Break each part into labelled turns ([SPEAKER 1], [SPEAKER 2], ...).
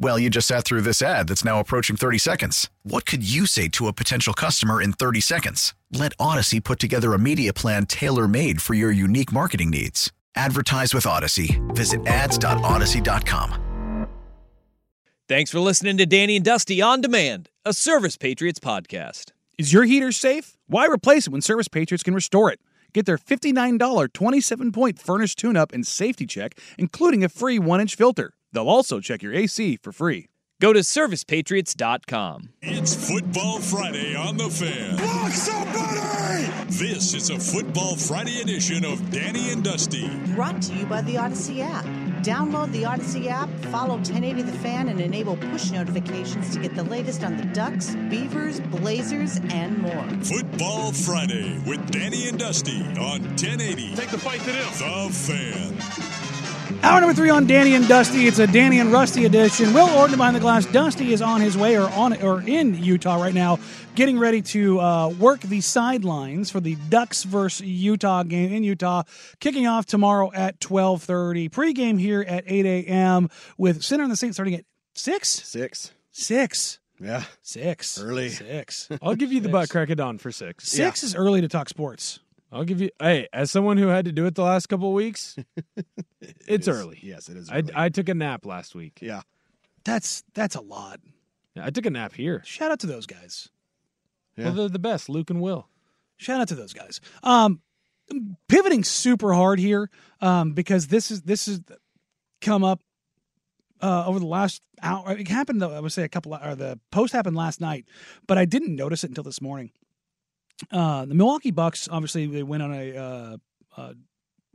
[SPEAKER 1] Well, you just sat through this ad that's now approaching 30 seconds. What could you say to a potential customer in 30 seconds? Let Odyssey put together a media plan tailor made for your unique marketing needs. Advertise with Odyssey. Visit ads.odyssey.com.
[SPEAKER 2] Thanks for listening to Danny and Dusty on Demand, a Service Patriots podcast.
[SPEAKER 3] Is your heater safe? Why replace it when Service Patriots can restore it? Get their $59 27 point furnace tune up and safety check, including a free 1 inch filter. They'll also check your AC for free.
[SPEAKER 2] Go to servicepatriots.com.
[SPEAKER 4] It's Football Friday on the fan. Block somebody! This is a Football Friday edition of Danny and Dusty.
[SPEAKER 5] Brought to you by the Odyssey app. Download the Odyssey app, follow 1080 The Fan, and enable push notifications to get the latest on the Ducks, Beavers, Blazers, and more.
[SPEAKER 4] Football Friday with Danny and Dusty on 1080. Take the fight to them. The fan.
[SPEAKER 3] Hour number three on Danny and Dusty. It's a Danny and Rusty edition. Will Orton behind the glass. Dusty is on his way or on or in Utah right now, getting ready to uh, work the sidelines for the Ducks versus Utah game in Utah, kicking off tomorrow at twelve thirty. Pregame here at eight a.m. with center in the seat starting at six.
[SPEAKER 6] Six.
[SPEAKER 3] Six.
[SPEAKER 6] Yeah.
[SPEAKER 3] Six.
[SPEAKER 6] Early.
[SPEAKER 3] Six.
[SPEAKER 7] I'll give you the butt crack of dawn for six.
[SPEAKER 3] Six yeah. is early to talk sports.
[SPEAKER 7] I'll give you. Hey, as someone who had to do it the last couple weeks,
[SPEAKER 6] it
[SPEAKER 7] it's
[SPEAKER 6] is.
[SPEAKER 7] early.
[SPEAKER 6] Yes, it is. Early.
[SPEAKER 7] I, I took a nap last week.
[SPEAKER 6] Yeah,
[SPEAKER 3] that's that's a lot.
[SPEAKER 7] Yeah, I took a nap here.
[SPEAKER 3] Shout out to those guys.
[SPEAKER 7] Yeah. Well, they're the best, Luke and Will.
[SPEAKER 3] Shout out to those guys. Um, pivoting super hard here, um, because this is this is come up uh, over the last hour. It happened though. I would say a couple or the post happened last night, but I didn't notice it until this morning. Uh, the Milwaukee Bucks obviously they went on a uh, uh,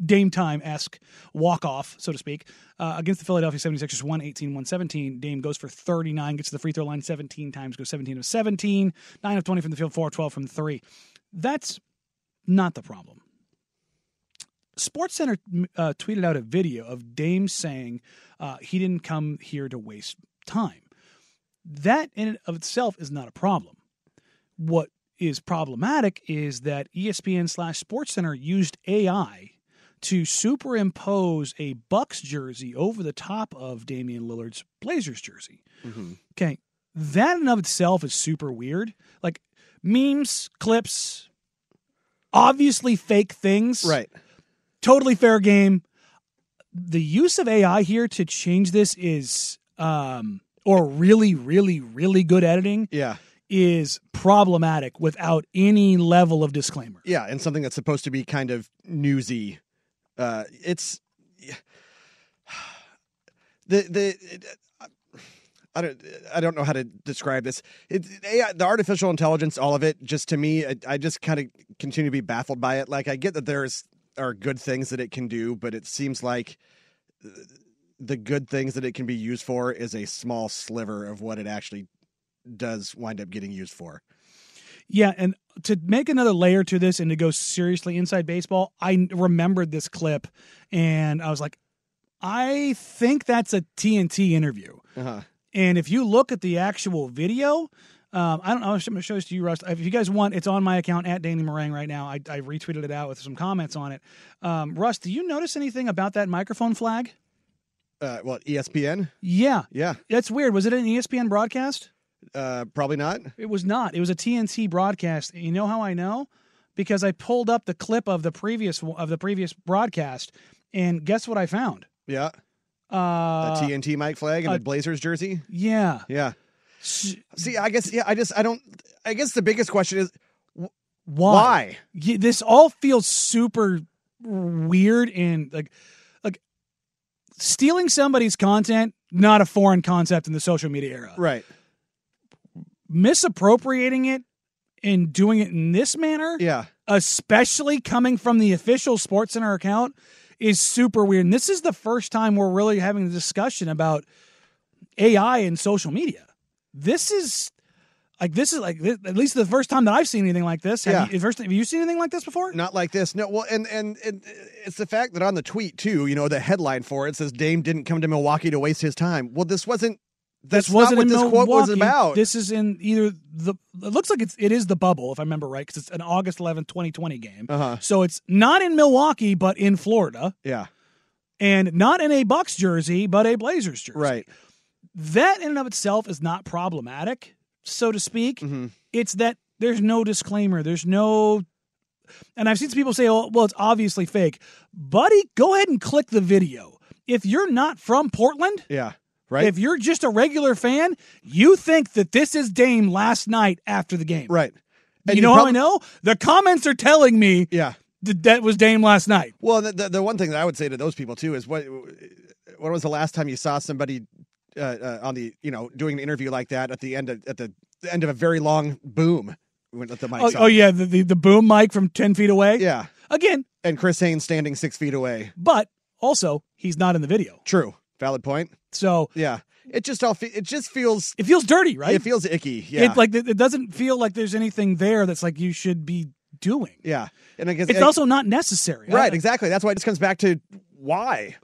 [SPEAKER 3] Dame time esque walk off, so to speak, against the Philadelphia 76ers 118 117. Dame goes for 39, gets to the free throw line 17 times, goes 17 of 17, 9 of 20 from the field, 4 12 from 3. That's not the problem. Sports Center tweeted out a video of Dame saying uh, he didn't come here to waste time. That in and of itself is not a problem. What is problematic is that E ESPN slash SportsCenter used AI to superimpose a Bucks jersey over the top of Damian Lillard's Blazers jersey. Mm-hmm. Okay, that in of itself is super weird. Like memes, clips, obviously fake things.
[SPEAKER 6] Right.
[SPEAKER 3] Totally fair game. The use of AI here to change this is, um, or really, really, really good editing.
[SPEAKER 6] Yeah
[SPEAKER 3] is problematic without any level of disclaimer.
[SPEAKER 6] Yeah, and something that's supposed to be kind of newsy. Uh, it's the the. I don't. I don't know how to describe this. It, AI, the artificial intelligence, all of it, just to me, I, I just kind of continue to be baffled by it. Like I get that there's are good things that it can do, but it seems like the good things that it can be used for is a small sliver of what it actually does wind up getting used for.
[SPEAKER 3] Yeah, and to make another layer to this and to go seriously inside baseball, I remembered this clip and I was like, I think that's a TNT interview. Uh-huh. And if you look at the actual video, um, I don't know. I'm going to show this to you, Rust. If you guys want, it's on my account at Danny Meringue right now. I, I retweeted it out with some comments on it. Um, Rust, do you notice anything about that microphone flag?
[SPEAKER 6] Uh, what, ESPN?
[SPEAKER 3] Yeah.
[SPEAKER 6] Yeah.
[SPEAKER 3] That's weird. Was it an ESPN broadcast?
[SPEAKER 6] Uh, probably not.
[SPEAKER 3] It was not. It was a TNT broadcast. You know how I know? Because I pulled up the clip of the previous of the previous broadcast, and guess what I found?
[SPEAKER 6] Yeah.
[SPEAKER 3] Uh,
[SPEAKER 6] a TNT Mike flag and uh, a Blazers jersey.
[SPEAKER 3] Yeah.
[SPEAKER 6] Yeah. See, I guess yeah. I just I don't. I guess the biggest question is wh-
[SPEAKER 3] why.
[SPEAKER 6] why?
[SPEAKER 3] Yeah, this all feels super weird and like like stealing somebody's content not a foreign concept in the social media era.
[SPEAKER 8] Right.
[SPEAKER 3] Misappropriating it and doing it in this manner,
[SPEAKER 8] yeah,
[SPEAKER 3] especially coming from the official SportsCenter account, is super weird. And this is the first time we're really having a discussion about AI and social media. This is like this is like th- at least the first time that I've seen anything like this. Have
[SPEAKER 8] Yeah.
[SPEAKER 3] you, first, have you seen anything like this before?
[SPEAKER 8] Not like this. No. Well, and, and and it's the fact that on the tweet too, you know, the headline for it says Dame didn't come to Milwaukee to waste his time. Well, this wasn't. That's
[SPEAKER 3] this wasn't
[SPEAKER 8] not what
[SPEAKER 3] in
[SPEAKER 8] this
[SPEAKER 3] Milwaukee.
[SPEAKER 8] quote was about.
[SPEAKER 3] This is in either the. It looks like it's it is the bubble if I remember right because it's an August eleventh, twenty twenty game.
[SPEAKER 8] Uh-huh.
[SPEAKER 3] So it's not in Milwaukee, but in Florida,
[SPEAKER 8] yeah.
[SPEAKER 3] and not in a Bucks jersey, but a Blazers jersey.
[SPEAKER 8] Right.
[SPEAKER 3] That in and of itself is not problematic, so to speak.
[SPEAKER 8] Mm-hmm.
[SPEAKER 3] It's that there's no disclaimer. There's no. And I've seen some people say, "Oh, well, it's obviously fake." Buddy, go ahead and click the video. If you're not from Portland,
[SPEAKER 8] Yeah. Right.
[SPEAKER 3] if you're just a regular fan, you think that this is Dame last night after the game.
[SPEAKER 8] Right. And
[SPEAKER 3] you,
[SPEAKER 8] you
[SPEAKER 3] know how I
[SPEAKER 8] prob-
[SPEAKER 3] know? The comments are telling me
[SPEAKER 8] yeah.
[SPEAKER 3] that that was Dame last night.
[SPEAKER 8] Well, the, the, the one thing that I would say to those people too is what when was the last time you saw somebody uh, uh, on the you know doing an interview like that at the end of at the end of a very long boom when the
[SPEAKER 3] Oh,
[SPEAKER 8] mic's
[SPEAKER 3] oh,
[SPEAKER 8] on.
[SPEAKER 3] yeah, the, the, the boom mic from 10 feet away.
[SPEAKER 8] yeah
[SPEAKER 3] Again,
[SPEAKER 8] and Chris Haynes standing six feet away
[SPEAKER 3] but also, he's not in the video.
[SPEAKER 8] true valid point
[SPEAKER 3] So
[SPEAKER 8] yeah it just all fe- it just feels
[SPEAKER 3] it feels dirty, right?
[SPEAKER 8] it feels icky yeah
[SPEAKER 3] It, like, it it doesn't feel like there's anything there that's like you should be doing.
[SPEAKER 8] yeah and I guess
[SPEAKER 3] It's
[SPEAKER 8] I-
[SPEAKER 3] also not necessary.
[SPEAKER 8] right
[SPEAKER 3] I-
[SPEAKER 8] exactly that's why it just comes back to why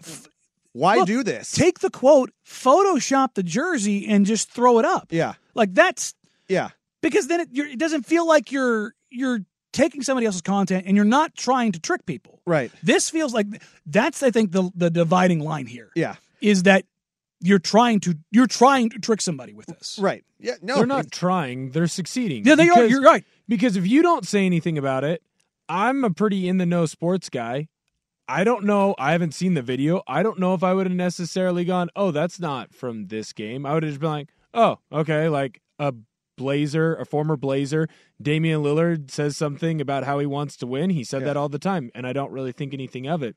[SPEAKER 8] why
[SPEAKER 3] Look,
[SPEAKER 8] do this
[SPEAKER 3] Take the quote, Photoshop the jersey, and just throw it up.
[SPEAKER 8] yeah
[SPEAKER 3] Like, that's
[SPEAKER 8] yeah
[SPEAKER 3] because then it, you're, it doesn't feel like you're you're taking somebody else's content and you're not trying to trick people.
[SPEAKER 8] right
[SPEAKER 3] This feels like that's I think the the dividing line here
[SPEAKER 8] yeah
[SPEAKER 3] is that you're trying to you're trying to trick somebody with this.
[SPEAKER 8] right yeah no
[SPEAKER 4] They're not trying. They're succeeding.
[SPEAKER 3] Yeah, they are.
[SPEAKER 4] Because-
[SPEAKER 3] You're right.
[SPEAKER 4] Because if you don't say anything about it, I'm a pretty in the know sports guy. I don't know. I haven't seen the video. I don't know if I would have necessarily gone, oh, that's not from this game. I would have just been like, oh, okay, like a Blazer, a former Blazer, Damian Lillard says something about how he wants to win. He said
[SPEAKER 8] Yeah.
[SPEAKER 4] that all the time, and I don't really think anything of it.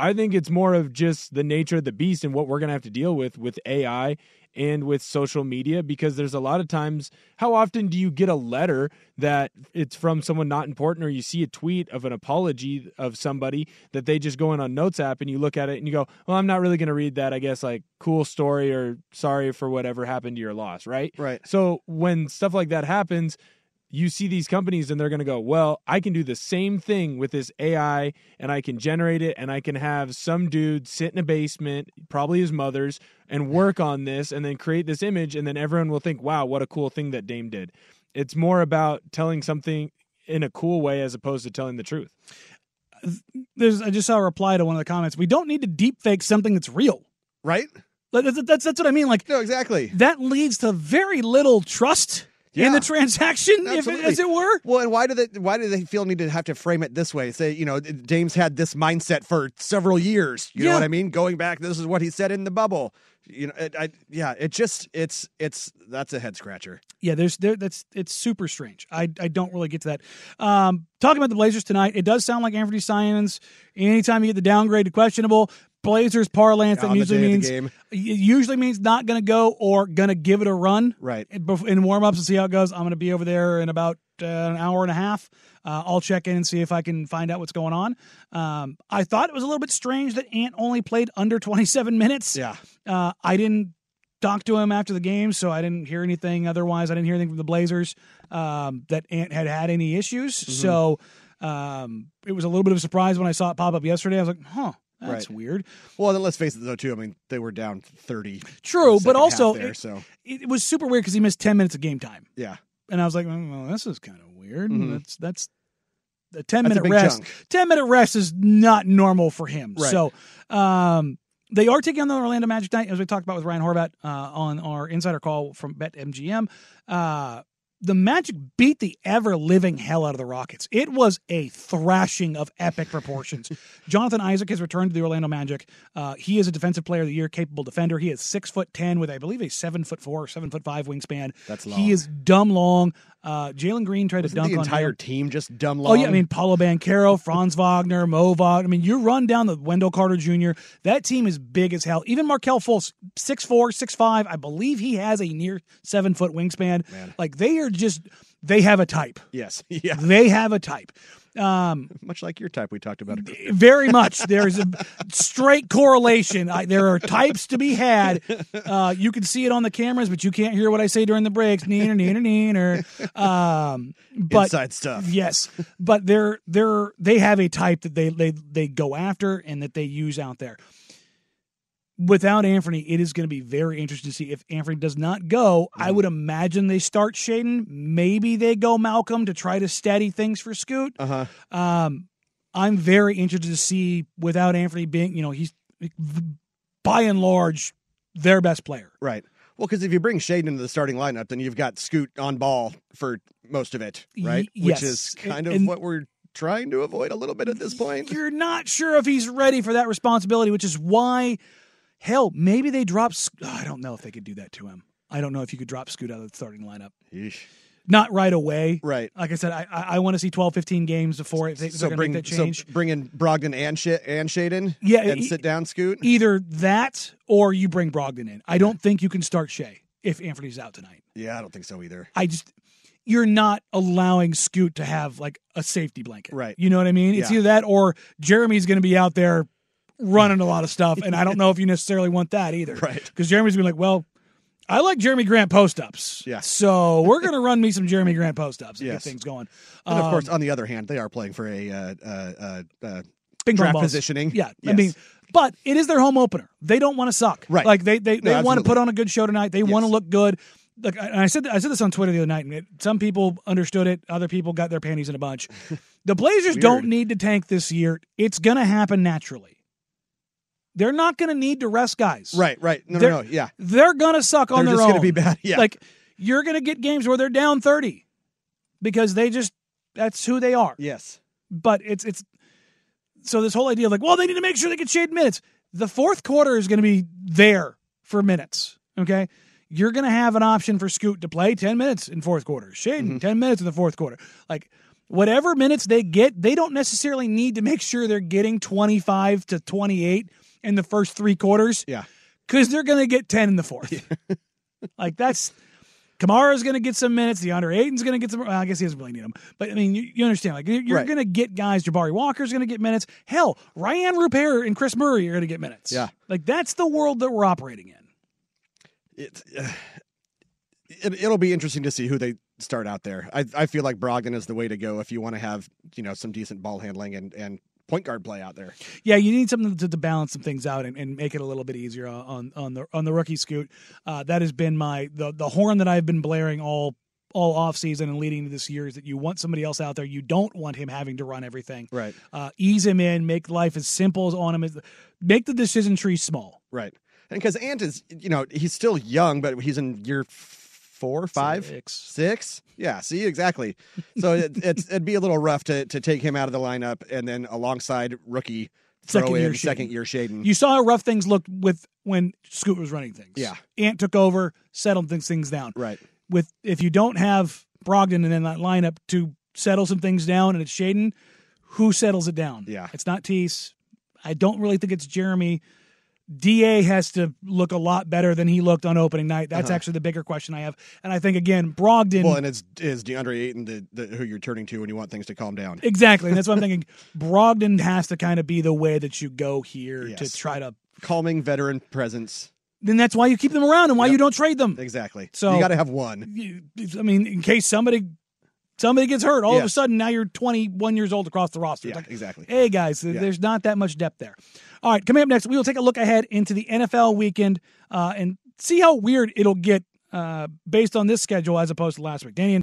[SPEAKER 4] I think it's more of just the nature of the beast and what we're going to have to deal with with AI and with social media because there's a lot of times how often do you get a letter that it's from someone not important or you see a tweet of an apology of somebody that they just go in on notes app and you look at it and you go well i'm not really going to read that i guess like cool story or sorry for whatever happened to your loss right
[SPEAKER 8] Right.
[SPEAKER 4] so when stuff like that happens you see these companies and they're going to go, well, I can do the same thing with this AI and I can generate it and I can have some dude sit in a basement, probably his mother's, and work on this and then create this image. And then everyone will think, wow, what a cool thing that Dame did. It's more about telling something in a cool way as opposed to telling the truth.
[SPEAKER 3] There's I just saw a reply to one of the comments. We don't need to deep fake something that's real.
[SPEAKER 8] right
[SPEAKER 3] Like, That's, that's that's what I mean. Like
[SPEAKER 8] no exactly
[SPEAKER 3] that leads to very little trust in
[SPEAKER 8] Yeah.
[SPEAKER 3] the transaction, if it,
[SPEAKER 8] Absolutely.
[SPEAKER 3] as it were.
[SPEAKER 8] Well, and why do they why do they feel need to have to frame it this way? Say, you know, Dame's had this mindset for several years. You
[SPEAKER 3] Yeah.
[SPEAKER 8] know what I mean? Going back, this is what he said in the bubble. You know, it, I yeah, it just it's it's that's a head scratcher.
[SPEAKER 3] yeah, there's there that's it's super strange. I I don't really get to that. Um, talking about the Blazers tonight, it does sound like Anthony Simons. Anytime you get the downgrade to questionable, Blazers parlance that
[SPEAKER 8] On the
[SPEAKER 3] usually
[SPEAKER 8] day of the game.
[SPEAKER 3] means it usually means not going to go or going to give it a run.
[SPEAKER 8] Right.
[SPEAKER 3] in, bef- in warm ups and see how it goes. I'm going to be over there in about uh, an hour and a half. Uh, I'll check in and see if I can find out what's going on. Um, I thought it was a little bit strange that Ant only played under 27 minutes.
[SPEAKER 8] Yeah.
[SPEAKER 3] Uh, I didn't talk to him after the game, so I didn't hear anything otherwise. I didn't hear anything from the Blazers um, that Ant had had any issues. So um, it was a little bit of a surprise when I saw it pop up yesterday. I was like, huh, that's
[SPEAKER 8] Right.
[SPEAKER 3] weird.
[SPEAKER 8] Well, then let's face it though too. I mean, they were down thirty. in
[SPEAKER 3] True,
[SPEAKER 8] the
[SPEAKER 3] but
[SPEAKER 8] second
[SPEAKER 3] also
[SPEAKER 8] half there,
[SPEAKER 3] it,
[SPEAKER 8] so
[SPEAKER 3] it, was super weird because he missed 10 minutes of game time.
[SPEAKER 8] yeah,
[SPEAKER 3] And I was like, "Mm, well, this is kind of weird.
[SPEAKER 8] Mhm.
[SPEAKER 3] That's, that's, a 10
[SPEAKER 8] That's a
[SPEAKER 3] minute
[SPEAKER 8] big
[SPEAKER 3] rest.
[SPEAKER 8] chunk.
[SPEAKER 3] 10 minute rest is not normal for him.
[SPEAKER 8] Right.
[SPEAKER 3] So, um, they are taking on the Orlando Magic tonight, as we talked about with Ryan Horvat uh, on our insider call from BetMGM. Uh, the Magic beat the ever living hell out of the Rockets. It was a thrashing of epic proportions. Jonathan Isaac has returned to the Orlando Magic. Uh, he is a defensive player of the year, capable defender. He is six foot ten with I believe a seven foot four or seven foot five wingspan.
[SPEAKER 8] That's long.
[SPEAKER 3] He is dumb long. Uh, Jalen Green tried
[SPEAKER 8] Wasn't
[SPEAKER 3] to dunk
[SPEAKER 8] the
[SPEAKER 3] on
[SPEAKER 8] entire
[SPEAKER 3] him.
[SPEAKER 8] team just dumb long.
[SPEAKER 3] Oh yeah, I mean Paulo Banquero, Franz Wagner, Mo Wagner. I mean, you run down the Wendell Carter Jr. That team is big as hell. Even Markel Fultz, 6'4", 6'5", I believe he has a near seven foot wingspan. Like they are just they have a type.
[SPEAKER 8] yes, yeah,
[SPEAKER 3] They have a type. Um,
[SPEAKER 8] much like your type we talked about. earlier.
[SPEAKER 3] very much. There's a straight correlation. I, there are types to be had. Uh, you can see it on the cameras, but you can't hear what I say during the breaks. Neener, neener, neener. Um, but
[SPEAKER 8] Inside stuff.
[SPEAKER 3] Yes, but they're they're they have a type that they they they go after and that they use out there. Without Anthony, it is going to be very interesting to see if Anthony does not go. I would imagine they start Shaden. Maybe they go Malcolm to try to steady things for Scoot.
[SPEAKER 8] Uh huh.
[SPEAKER 3] Um, I'm very interested to see without Anthony being, you know, he's by and large their best player.
[SPEAKER 8] Right. Well, because if you bring Shaden into the starting lineup, then you've got Scoot on ball for most of it,
[SPEAKER 3] Y-
[SPEAKER 8] right?
[SPEAKER 3] yes.
[SPEAKER 8] Which is kind
[SPEAKER 3] And-
[SPEAKER 8] of
[SPEAKER 3] and-
[SPEAKER 8] what we're trying to avoid a little bit at this point.
[SPEAKER 3] You're not sure if he's ready for that responsibility, which is why, hell, maybe they drop. Sc- oh, I don't know if they could do that to him. I don't know if you could drop Scoot out of the starting lineup.
[SPEAKER 8] Yeesh.
[SPEAKER 3] Not right away.
[SPEAKER 8] Right.
[SPEAKER 3] Like I said, I I, I want to see 12, 15 games before if they, if
[SPEAKER 8] So
[SPEAKER 3] they're going
[SPEAKER 8] bring
[SPEAKER 3] to make that
[SPEAKER 8] so
[SPEAKER 3] change.
[SPEAKER 8] bring in Brogdon and Sh- and Shaden,
[SPEAKER 3] Yeah,
[SPEAKER 8] and
[SPEAKER 3] e-
[SPEAKER 8] sit down Scoot.
[SPEAKER 3] Either that or you bring Brogdon in. I don't think you can start Shea if Anthony's out tonight.
[SPEAKER 8] yeah, I don't think so either.
[SPEAKER 3] I just you're not allowing Scoot to have like a safety blanket.
[SPEAKER 8] Right.
[SPEAKER 3] You know what I mean? It's
[SPEAKER 8] Yeah.
[SPEAKER 3] either that or Jeremy's going to be out there running a lot of stuff and I don't know if you necessarily want that either.
[SPEAKER 8] Right.
[SPEAKER 3] Cuz Jeremy's going to be like, "Well, I like Jeremy Grant post-ups."
[SPEAKER 8] Yeah.
[SPEAKER 3] So, we're going to run me some Jeremy Grant post-ups and
[SPEAKER 8] Yes.
[SPEAKER 3] get things going.
[SPEAKER 8] And of
[SPEAKER 3] Um,
[SPEAKER 8] course, on the other hand, they are playing for a uh, uh, uh, uh,
[SPEAKER 3] ping pong
[SPEAKER 8] draft
[SPEAKER 3] balls.
[SPEAKER 8] positioning.
[SPEAKER 3] Yeah, I
[SPEAKER 8] Yes.
[SPEAKER 3] mean, but it is their home opener. They don't want to suck.
[SPEAKER 8] Right.
[SPEAKER 3] Like they they, they
[SPEAKER 8] No,
[SPEAKER 3] want to
[SPEAKER 8] absolutely.
[SPEAKER 3] put on a good show tonight. They want to
[SPEAKER 8] Yes.
[SPEAKER 3] look good. Like I- and I said, I said this on Twitter the other night, and it, some people understood it. Other people got their panties in a bunch. The Blazers don't need to tank this year. It's going to happen naturally. They're not going to need to rest guys.
[SPEAKER 8] right, right. No, no,
[SPEAKER 3] They're-
[SPEAKER 8] no. Yeah,
[SPEAKER 3] They're going to suck on
[SPEAKER 8] They're
[SPEAKER 3] their
[SPEAKER 8] just
[SPEAKER 3] own.
[SPEAKER 8] gonna be bad. Yeah.
[SPEAKER 3] Like you're going to get games where they're down 30 because they just that's who they are
[SPEAKER 8] yes.
[SPEAKER 3] but it's it's so this whole idea of like, well, they need to make sure they can shade minutes. The fourth quarter is going to be there for minutes. Okay, you're going to have an option for Scoot to play ten minutes in fourth quarter, Shaden
[SPEAKER 8] Mm-hmm.
[SPEAKER 3] ten minutes in the fourth quarter. Like whatever minutes they get, they don't necessarily need to make sure they're getting twenty five to twenty eight in the first three quarters
[SPEAKER 8] Yeah,
[SPEAKER 3] because they're going to get 10 in the fourth. like that's Kamara's going to get some minutes. DeAndre Ayton's going to get some. Well, I guess he doesn't really need them, but I mean, you, you understand. Like you're, you're
[SPEAKER 8] Right.
[SPEAKER 3] going to get guys. Jabari Walker's going to get minutes. Hell, Ryan Rupert and Chris Murray are going to get minutes.
[SPEAKER 8] Yeah.
[SPEAKER 3] like that's the world that we're operating in.
[SPEAKER 8] it, uh, it it'll be interesting to see who they start out there. I I feel like Brogdon is the way to go if you want to have you know some decent ball handling and and point guard play out there.
[SPEAKER 3] Yeah, you need something to, to balance some things out and, and make it a little bit easier on- on on the on the rookie scoot. Uh, that has been my the the horn that I've been blaring all all off season and leading into this year is that you want somebody else out there. You don't want him having to run everything.
[SPEAKER 8] Right.
[SPEAKER 3] Uh, ease him in, make life as simple as on him. As, make the decision tree small.
[SPEAKER 8] Right. And because Ant is, you know, he's still young, but he's in year f- four, five,
[SPEAKER 3] Six.
[SPEAKER 8] six? Yeah. See, exactly. So it, it's it'd be a little rough to to take him out of the lineup and then alongside rookie throw
[SPEAKER 3] Second
[SPEAKER 8] in
[SPEAKER 3] year Shaden.
[SPEAKER 8] second year Shaden.
[SPEAKER 3] You saw how rough things looked with when Scoot was running things.
[SPEAKER 8] Yeah.
[SPEAKER 3] Ant took over, settled things things down.
[SPEAKER 8] right.
[SPEAKER 3] with if you don't have Brogdon and then that lineup to settle some things down and it's Shaden, who settles it down?
[SPEAKER 8] Yeah.
[SPEAKER 3] It's not Tease. I don't really think it's Jeremy. DA has to look a lot better than he looked on opening night. That's actually the bigger question I have. And I think again, Brogdon
[SPEAKER 8] Well, and it's is DeAndre Ayton the, the who you're turning to when you want things to calm down.
[SPEAKER 3] Exactly. And that's what I'm thinking. Brogdon has to kind of be the way that you go here
[SPEAKER 8] Yes.
[SPEAKER 3] to try to
[SPEAKER 8] Calming veteran presence.
[SPEAKER 3] then that's why you keep them around and why
[SPEAKER 8] Yep.
[SPEAKER 3] you don't trade them.
[SPEAKER 8] Exactly. So
[SPEAKER 3] So-
[SPEAKER 8] you got to have one.
[SPEAKER 3] you- I mean, in case somebody somebody gets hurt, all of a
[SPEAKER 8] Yes.
[SPEAKER 3] sudden now you're 21 years old across the roster. It's
[SPEAKER 8] Yeah,
[SPEAKER 3] like,
[SPEAKER 8] exactly.
[SPEAKER 3] Hey guys, th-
[SPEAKER 8] Yeah.
[SPEAKER 3] there's not that much depth there. All right, coming up next, we will take a look ahead into the NFL weekend uh, and see how weird it'll get uh, based on this schedule as opposed to last week. Danny and